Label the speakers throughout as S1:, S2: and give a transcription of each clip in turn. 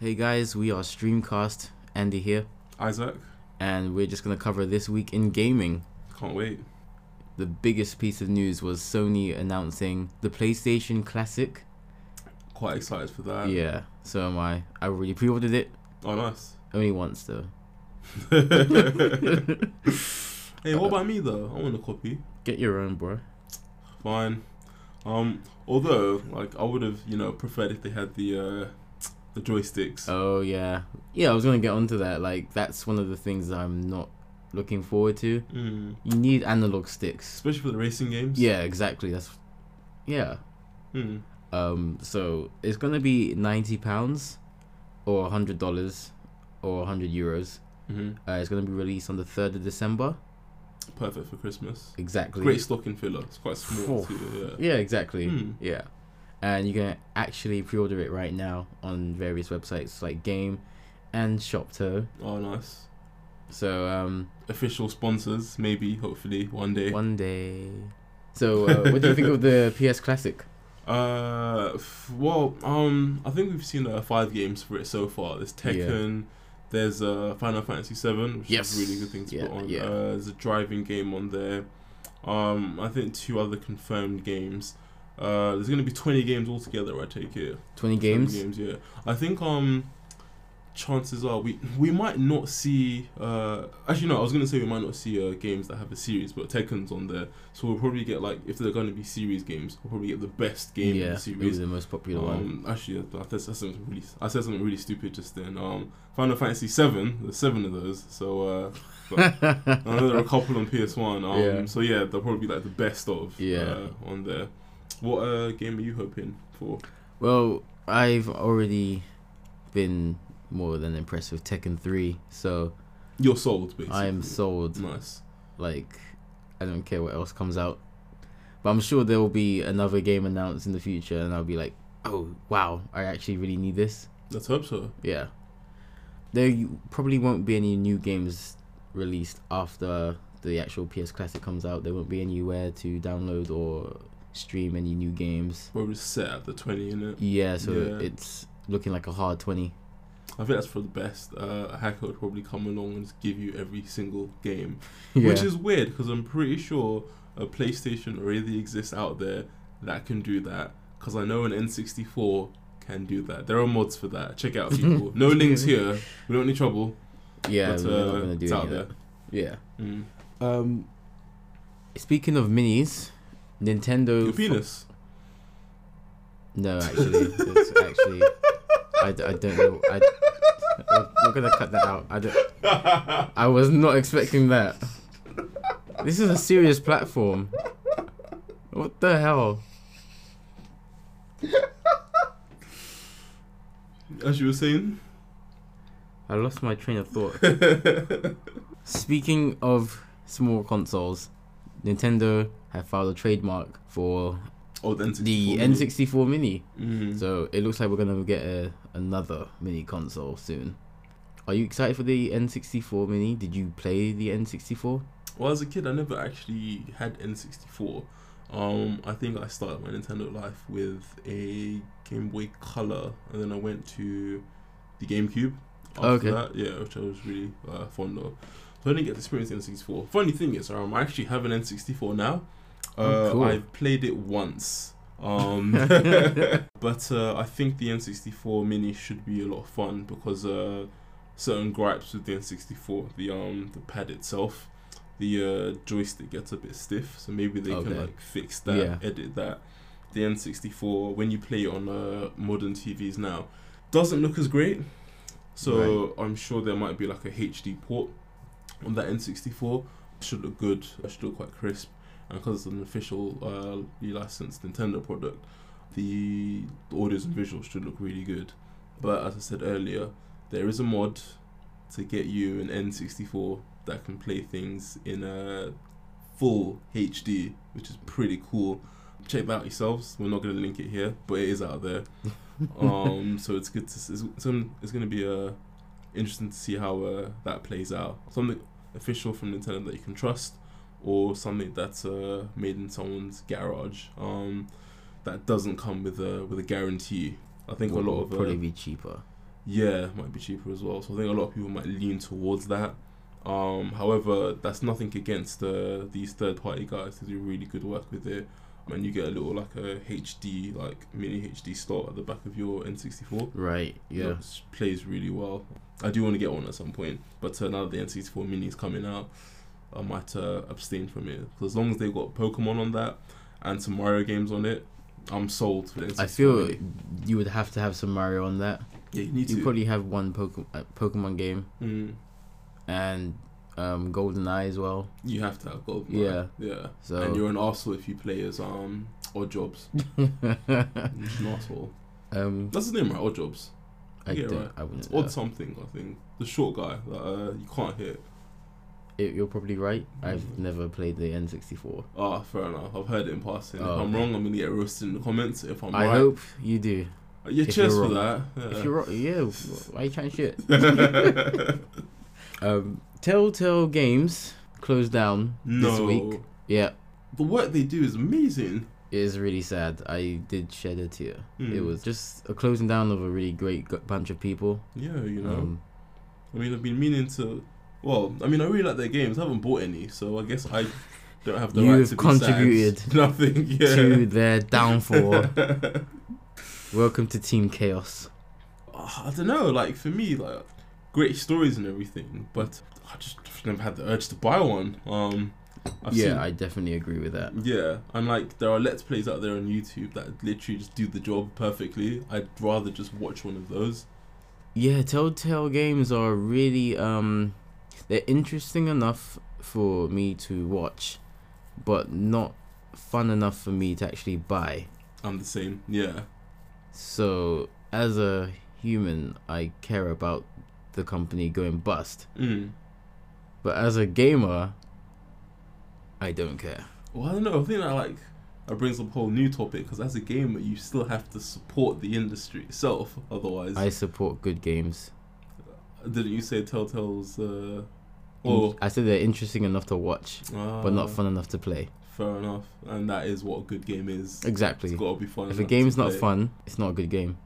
S1: Hey guys, we are Streamcast, Andy here,
S2: Isaac,
S1: and we're just gonna cover this week in gaming.
S2: can't wait.
S1: The biggest piece of news was Sony announcing the PlayStation Classic.
S2: Quite excited for that.
S1: yeah, so am I. I already pre ordered it,
S2: Oh, nice.
S1: only once though.
S2: hey, what about me though? I want a copy.
S1: Get your own, bro.
S2: Fine. Um, although, like, I would have, you know, preferred if they had the uh, the joysticks.
S1: Oh, yeah. Yeah, I was gonna get onto that. Like, that's one of the things I'm not looking forward to.
S2: Mm.
S1: You need analog sticks.
S2: Especially for the racing games.
S1: Yeah, exactly. That's. Yeah.
S2: Mm.
S1: Um, so it's gonna be ninety pounds, or hundred dollars, or hundred euros.
S2: hmm
S1: Uh, it's gonna be released on the third of December.
S2: Perfect for Christmas.
S1: Exactly.
S2: Great stocking filler. It's quite small
S1: Phew.
S2: too. Yeah.
S1: Yeah, exactly.
S2: Mm.
S1: Yeah, and you can actually pre-order it right now on various websites like Game and Shopto.
S2: Oh, nice.
S1: So um,
S2: Official sponsors, maybe, hopefully, one day.
S1: one day. So uh, what do you think of the PS Classic?
S2: Uh, f- well, um, I think we've seen uh, five games for it so far. There's
S1: Yeah.
S2: Tekken. There's uh Final Fantasy Seven, which
S1: Yes.
S2: is a really good thing to
S1: Yeah,
S2: put on.
S1: yeah.
S2: Uh, there's a driving game on there. Um, I think two other confirmed games. Uh, there's gonna be twenty games altogether. I take it.
S1: Twenty
S2: 20
S1: games.
S2: Games, yeah. I think um, chances are we we might not see. Uh, actually no, I was gonna say we might not see uh games that have a series, but Tekken's on there, so we'll probably get like if they're gonna be series games, we'll probably get the best game in
S1: yeah,
S2: the
S1: it
S2: series.
S1: was the most popular one.
S2: Um, actually, I, I, said something really, I said something really stupid just then. Um, Final Fantasy Seven, there's seven of those, so uh, I know there are a couple on PS One. Um,
S1: Yeah.
S2: So yeah, they'll probably be like the best of
S1: Yeah.
S2: uh, on there. What uh, game are you hoping for?
S1: Well, I've already been more than impressed with Tekken 3, so
S2: You're sold, basically.
S1: I am sold.
S2: Nice.
S1: Like, I don't care what else comes out. But I'm sure there will be another game announced in the future, and I'll be like, oh, wow, I actually really need this.
S2: Let's hope so.
S1: Yeah. There probably won't be any new games released after the actual PS Classic comes out. There won't be anywhere to download or stream any new games.
S2: Probably set at the twenty in it.
S1: Yeah, so
S2: Yeah.
S1: it's looking like a hard 20.
S2: I think that's for the best. Uh, a hacker would probably come along and just give you every single game.
S1: Yeah.
S2: Which is weird because I'm pretty sure a PlayStation already exists out there that can do that. Because I know an N64 can do that. There are mods for that. Check out people. no links here. We don't need trouble.
S1: Yeah,
S2: but,
S1: we're
S2: uh,
S1: not gonna do
S2: it's out
S1: any of
S2: there.
S1: that. Yeah.
S2: Mm.
S1: Um, speaking of minis, Nintendo.
S2: Your penis.
S1: No, actually, it's actually, I, d- I don't know. I, we're- we're gonna cut that out. I don't. I was not expecting that. This is a serious platform. What the hell?
S2: As you were saying.
S1: I lost my train of thought. Speaking of small consoles, Nintendo have filed a trademark for
S2: Oh, the N64.
S1: the
S2: mini.
S1: N64 Mini.
S2: Mm.
S1: So it looks like we're gonna get a, another mini console soon. Are you excited for the N64 mini? Did you play the N64?
S2: Well, as a kid, I never actually had N64. Um, I think I started my Nintendo life with a Game Boy Color, and then I went to the GameCube. After
S1: Okay.
S2: that, yeah, which I was really uh, fond of. So I didn't get to experience the N64. Funny thing is, um, I actually have an N64 now.
S1: Oh,
S2: Uh,
S1: cool.
S2: I've played it once. Um, but uh, I think the N64 Mini should be a lot of fun because uh, certain gripes with the N64, the um, the pad itself, the uh, joystick gets a bit stiff, so maybe they
S1: Okay.
S2: can like fix that,
S1: Yeah.
S2: edit that. The N64, when you play it on uh, modern TVs now, doesn't look as great. So I'm sure there might be like a HD port on that N64. Should look good. It should look quite crisp. And because it's an official, uh, licensed Nintendo product, the audios and visuals should look really good. But as I said earlier, there is a mod to get you an N64 that can play things in a full HD, which is pretty cool. Check that out yourselves. We're not going to link it here, but it is out there. um, so it's good to s- it's, it's, um, it's going to be uh, interesting to see how uh, that plays out. Something official from Nintendo that you can trust, or something that's uh, made in someone's garage um, that doesn't come with a with a guarantee. I think a
S1: Will-
S2: lot
S1: will
S2: of uh,
S1: probably be cheaper.
S2: yeah, might be cheaper as well. So I think a lot of people might lean towards that. Um, however, that's nothing against uh, these third party guys who do really good work with it. And you get a little like a HD, like mini HD slot at the back of your N64.
S1: Right. Yeah.
S2: That plays really well. I do want to get one at some point, but uh, now that the N64 mini is coming out, I might uh, abstain from it. 'Cause as long as they've got Pokemon on that and some Mario games on it, I'm sold for the N64.
S1: I feel
S2: mini.
S1: you would have to have some Mario on that.
S2: Yeah, you need
S1: You
S2: to.
S1: probably have one Poke- uh, Pokemon game
S2: Mm,
S1: and um, Golden Eye as well.
S2: you have to have gold.
S1: Yeah.
S2: Yeah. And
S1: So
S2: you're an arsehole if you play as um odd jobs. You're just an arsehole.
S1: um,
S2: That's his name, right? Odd jobs.
S1: I
S2: Yeah,
S1: don't.
S2: right.
S1: I wouldn't.
S2: Odd
S1: know.
S2: something, I think. The short guy that uh, you can't hit.
S1: It, you're probably right. I've
S2: Mhm.
S1: never played the N64.
S2: Ah, fair enough. I've heard it in passing.
S1: Oh,
S2: if I'm
S1: okay.
S2: wrong, I'm gonna get roasted in the comments. If I'm
S1: I
S2: right,
S1: hope you do.
S2: Uh, yeah,
S1: if
S2: cheers
S1: you're
S2: for that.
S1: If
S2: Yeah.
S1: you're right, yeah. Why you trying shit? Um, Telltale Games closed down
S2: no,
S1: this week. Yeah,
S2: the work they do is amazing.
S1: it is really sad. I did shed a tear. It
S2: Mm.
S1: was just a closing down of a really great g- bunch of people.
S2: Yeah, you know.
S1: Um,
S2: I mean, I've been meaning to. Well, I mean, I really like their games. I haven't bought any, so I guess I don't have the
S1: You
S2: right
S1: have
S2: to be
S1: contributed
S2: sad. Nothing. Yeah.
S1: To their downfall. Welcome to Team Chaos.
S2: Ah, I don't know. Like for me, like great stories and everything, but I just never had the urge to buy one. Um, I've
S1: yeah,
S2: seen-
S1: I definitely agree with that.
S2: yeah, and like there are let's plays out there on YouTube that literally just do the job perfectly. I'd rather just watch one of those.
S1: Yeah, Telltale games are really um they're interesting enough for me to watch, but not fun enough for me to actually buy.
S2: I'm the same. Yeah,
S1: So, as a human, I care about the company going bust,
S2: mm.
S1: but as a gamer, I don't care.
S2: Well, I don't know. I think that like that brings up a whole new topic because as a gamer, you still have to support the industry itself. Otherwise,
S1: I support good games.
S2: didn't you say Telltale's?
S1: Mm.
S2: Uh, or
S1: I said they're interesting enough to watch, but
S2: Ah,
S1: not fun enough to play.
S2: Fair enough, and that is what a good game is.
S1: Exactly.
S2: It's gotta be fun.
S1: If a
S2: enough
S1: game's
S2: to
S1: not
S2: play.
S1: fun, it's not a good game.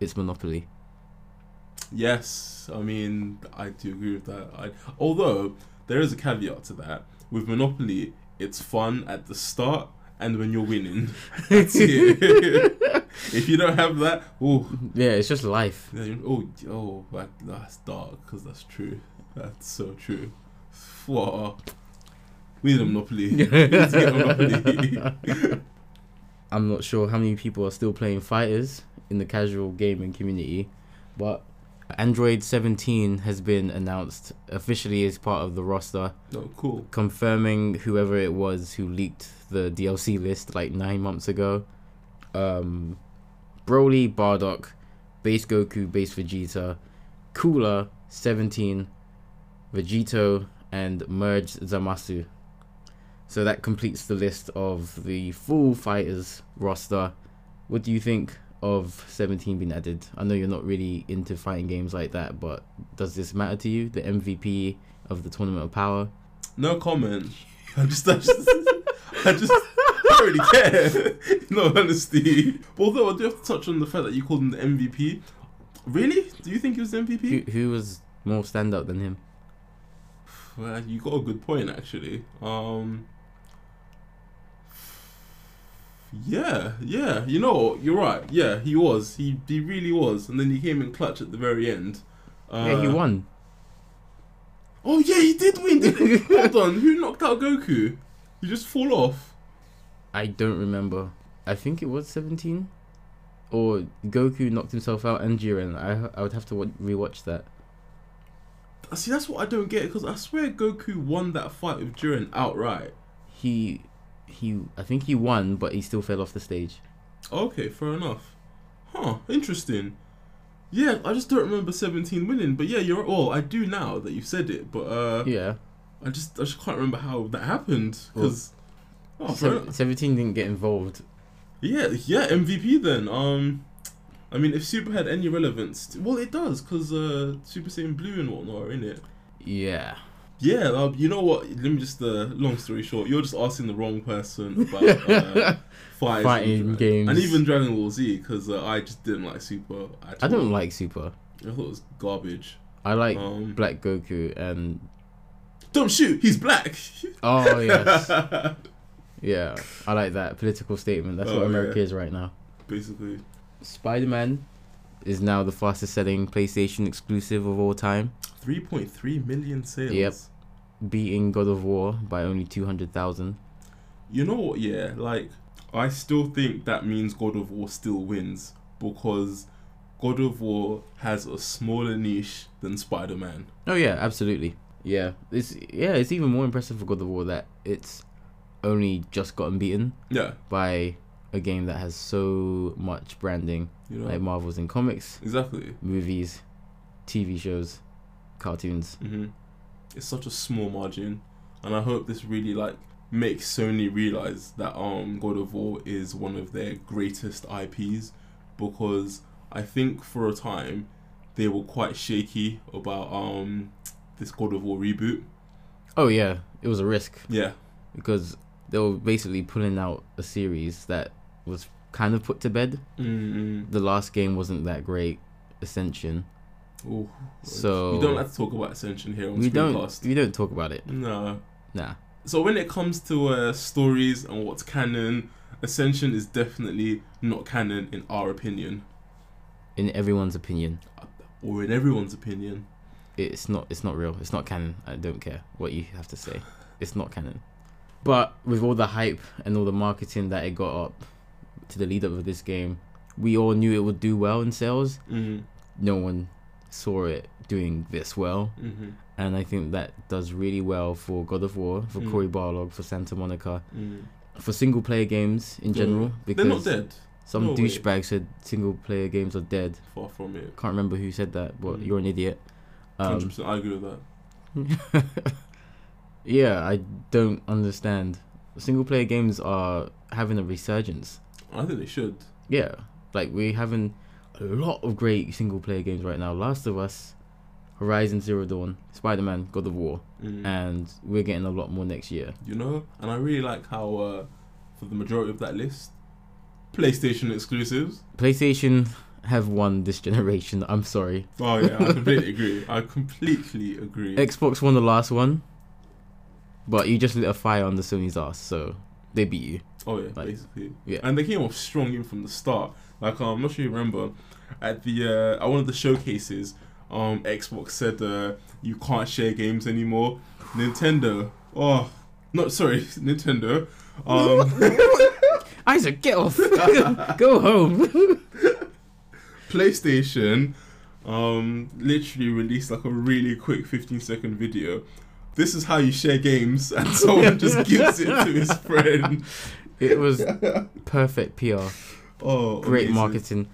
S1: It's Monopoly.
S2: yes, I mean I do agree with that. I, although there is a caveat to that. With Monopoly, it's fun at the start and when you're winning. That's it. if you don't have that, oh,
S1: Yeah, it's just life.
S2: oh, oh, that, that's dark because that's true. That's so true. What? We need a Monopoly. we need to get a Monopoly.
S1: I'm not sure how many people are still playing fighters in the casual gaming community, but Android 17 has been announced officially as part of the roster,
S2: no, cool.
S1: confirming whoever it was who leaked the DLC list like nine months ago. Um, Broly, Bardock, Base Goku, Base Vegeta, Cooler, 17, Vegito, and Merged Zamasu. So that completes the list of the full fighters roster. What do you think of 17 being added? I know you're not really into fighting games like that, but does this matter to you? The MVP of the Tournament of Power?
S2: No comment. I just, I just, I just I don't really care. In all honesty. But although I do have to touch on the fact that you called him the MVP. Really? Do you think he was the
S1: Who,
S2: MVP?
S1: who was more standout than him?
S2: Well, you got a good point, actually. Um. Yeah, yeah. You know, what? you're right. Yeah, he was. He he really was. And then he came in clutch at the very end. Uh,
S1: yeah, he won.
S2: Oh yeah, he did win. Didn't he? Hold on, who knocked out Goku? You just fall off.
S1: I don't remember. I think it was 17? Or Goku knocked himself out and Jiren. I, I would have to wa- rewatch that.
S2: See, that's what I don't get because I swear Goku won that fight with Jiren outright.
S1: He. He, I think he won, but he still fell off the stage.
S2: Okay, fair enough. Huh, interesting. Yeah, I just don't remember 17 winning, but yeah, you're all. I do now that you've said it, but uh,
S1: Yeah,
S2: I just I just can't remember how that happened because. Oh, fair
S1: Se-
S2: enough.
S1: seventeen didn't get involved.
S2: yeah, yeah, MVP then. Um, I mean, if Super had any relevance, well, it does because uh, Super Saiyan Blue and whatnot are in it.
S1: Yeah,
S2: Yeah, uh, you know what? Let me just. Uh, long story short, you're just asking the wrong person about uh, fights
S1: Fighting
S2: and, dra-
S1: games.
S2: and even Dragon Ball Z because uh, I just didn't like Super. At
S1: I
S2: all.
S1: don't like Super.
S2: I thought it was garbage.
S1: I like
S2: Um,
S1: Black Goku and
S2: Don't shoot. He's black.
S1: oh yes, yeah. I like that political statement. That's
S2: Oh,
S1: what America
S2: yeah.
S1: is right now.
S2: Basically,
S1: Spider Man is now the fastest selling PlayStation exclusive of all time,
S2: three point three million sales.
S1: Yep. beating God of War by only two hundred thousand.
S2: You know what? Yeah, like I still think that means God of War still wins because God of War has a smaller niche than Spider Man.
S1: Oh yeah, absolutely. Yeah, it's yeah, it's even more impressive for God of War that it's only just gotten beaten
S2: Yeah,
S1: by a game that has so much branding,
S2: you know
S1: like Marvels in comics,
S2: exactly.
S1: movies, TV shows, cartoons.
S2: hmm It's such a small margin, and I hope this really like makes Sony realize that um God of War is one of their greatest IPs because I think for a time they were quite shaky about um this God of War reboot.
S1: Oh yeah, it was a risk
S2: Yeah,
S1: because they were basically pulling out a series that was kind of put to bed.
S2: mm
S1: The last game wasn't that great, Ascension.
S2: Ooh.
S1: So
S2: we don't like to talk about Ascension here on
S1: we don't
S2: Screencast.
S1: we don't talk about it.
S2: No.
S1: Nah.
S2: So when it comes to uh, stories and what's canon, Ascension is definitely not canon in our opinion.
S1: In everyone's opinion,
S2: or in everyone's opinion.
S1: it's not it's not real. It's not canon. I don't care what you have to say. It's not canon. But with all the hype and all the marketing that it got up to the lead up of this game, we all knew it would do well in sales.
S2: Mm,
S1: No one saw it doing this well.
S2: hmm
S1: and I think that does really well for God of War, for
S2: Mm.
S1: Cory Barlog, for Santa Monica,
S2: mm.
S1: for single player games in
S2: Yeah.
S1: general.
S2: Hmm. They're
S1: Because
S2: not dead.
S1: some
S2: No way.
S1: douchebag said single player games are dead.
S2: Far from it.
S1: Can't remember who said that, but
S2: Mm.
S1: you're an idiot.
S2: Hundred
S1: Um,
S2: percent. I agree with that.
S1: yeah, I don't understand. Single player games are having a resurgence.
S2: I think they should.
S1: Yeah, like we're having a lot of great single player games right now. Last of Us, Horizon Zero Dawn, Spider Man, God of War,
S2: Mm.
S1: and we're getting a lot more next year.
S2: you know, and I really like how, uh, for the majority of that list, PlayStation exclusives.
S1: PlayStation have won this generation. I'm sorry.
S2: Oh yeah, I completely agree. I completely agree.
S1: Xbox won the last one, but you just lit a fire on the Sony's ass, so they beat you.
S2: Oh yeah,
S1: Like,
S2: basically.
S1: yeah.
S2: And they came off strong even from the start. Like um, I'm not sure you remember, at the uh, at one of the showcases, um, Xbox said uh, you can't share games anymore. Nintendo, oh, no, sorry, Nintendo. Um,
S1: Isaac, get off. Go home.
S2: PlayStation, um, literally released like a really quick 15 second video. This is how you share games, and someone just gives it to his friend.
S1: it was perfect PR.
S2: Oh,
S1: Great
S2: amazing.
S1: marketing.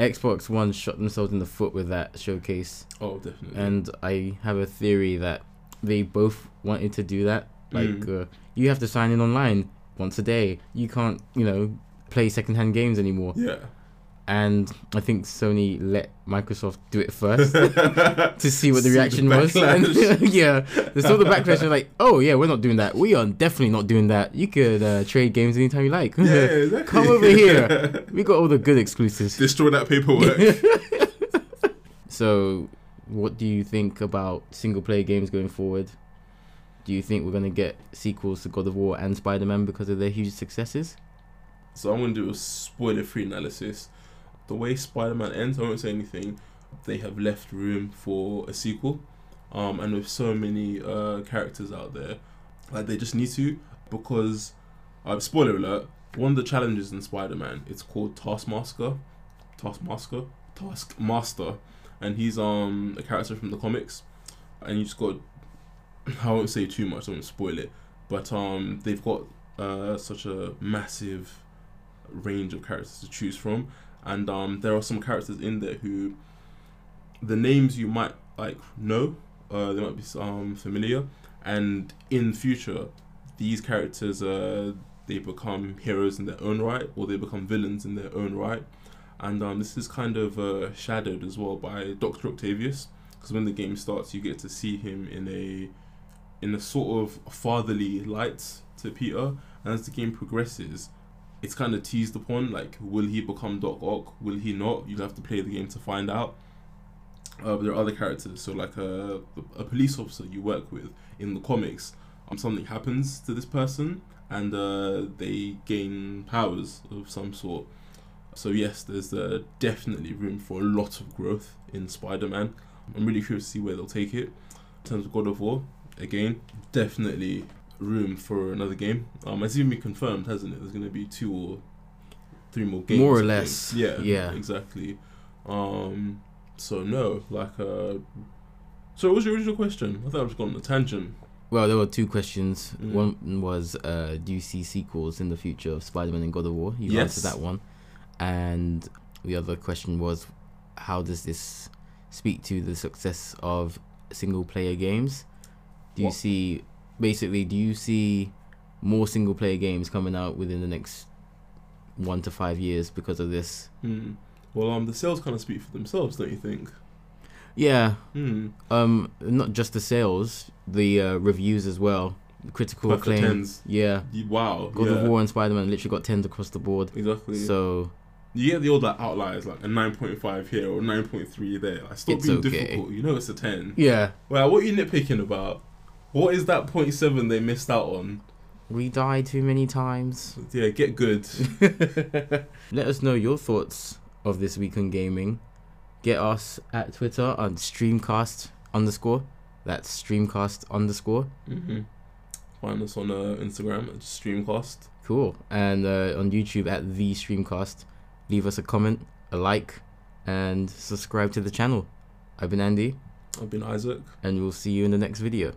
S1: Xbox One shot themselves in the foot with that showcase,
S2: Oh, definitely.
S1: and I have a theory that they both wanted to do that. Like, uh, you have to sign in online once a day. You can't, you know, play secondhand games anymore.
S2: yeah.
S1: and I think Sony let Microsoft do it first to see what the
S2: See the
S1: reaction was.
S2: backlash.
S1: And, yeah, they saw the backlash. They're like, "Oh yeah, we're not doing that. We are definitely not doing that. You could uh, trade games anytime you like.
S2: Yeah, exactly.
S1: Come over here. we got all the good exclusives."
S2: Destroy that paperwork.
S1: So, what do you think about single player games going forward? Do you think we're gonna get sequels to God of War and Spider Man because of their huge successes?
S2: so I'm gonna do a spoiler-free analysis. The way Spider-Man ends, I won't say anything. They have left room for a sequel, um, and with so many uh, characters out there, like they just need to because, uh, spoiler alert. One of the challenges in Spider-Man, it's called Taskmaster, Taskmaster, Taskmaster, and he's um a character from the comics, and you just got. I won't say too much. I won't spoil it, but um, they've got uh, such a massive range of characters to choose from, and um, there are some characters in there who the names you might like know, uh, they might be um, familiar, and in future, these characters uh, they become heroes in their own right, or they become villains in their own right, and um, this is kind of uh, shadowed as well by Doctor Octavius, because when the game starts, you get to see him in a in a sort of fatherly light to Peter, and as the game progresses, it's kind of teased upon like will he become Doc Ock? Will he not? You'll have to play the game to find out. Uh, but there are other characters. So like a a police officer you work with in the comics, um, something happens to this person and uh, they gain powers of some sort. So yes, there's uh, definitely room for a lot of growth in Spider-Man. I'm really curious to see where they'll take it. In terms of God of War, again, definitely room for another game. Um, it's even been confirmed, hasn't it? There's going to be two or three more games.
S1: More or
S2: I think.
S1: less,
S2: Yeah.
S1: yeah.
S2: Exactly. Um, so no, like. Uh, so what was your original question? I thought I was going on a tangent.
S1: Well, there were two questions.
S2: Mm.
S1: One was, uh, do you see sequels in the future of Spider-Man and God of War? You
S2: Yes.
S1: answered that one, and the other question was, how does this speak to the success of single-player games? Do you
S2: What-
S1: see, basically, do you see more single-player games coming out within the next one to five years because of this?
S2: Hmm. Well, um, the sales kind of speak for themselves, don't you think?
S1: Yeah,
S2: Hmm.
S1: um, not just the sales, the uh, reviews as well, critical
S2: Back to
S1: acclaim.
S2: tens.
S1: Yeah.
S2: Y- Wow.
S1: God
S2: yeah.
S1: of War and Spider Man literally got tens across the board.
S2: Exactly.
S1: So
S2: you get the old like outliers, like a nine point five here or nine point three there. Like, stop
S1: It's
S2: being
S1: okay.
S2: difficult. You know it's a ten.
S1: yeah,
S2: Well, what are you nitpicking about? What is that point seven they missed out on?
S1: we die too many times.
S2: Yeah, get good.
S1: Let us know your thoughts of this week on gaming. Get us at Twitter on Streamcast underscore. That's Streamcast underscore.
S2: mm-hmm. Find us on uh, Instagram at Streamcast.
S1: Cool. And uh, on YouTube at the Streamcast. Leave us a comment, a like, and subscribe to the channel. I've been Andy,
S2: I've been Isaac.
S1: and we'll see you in the next video.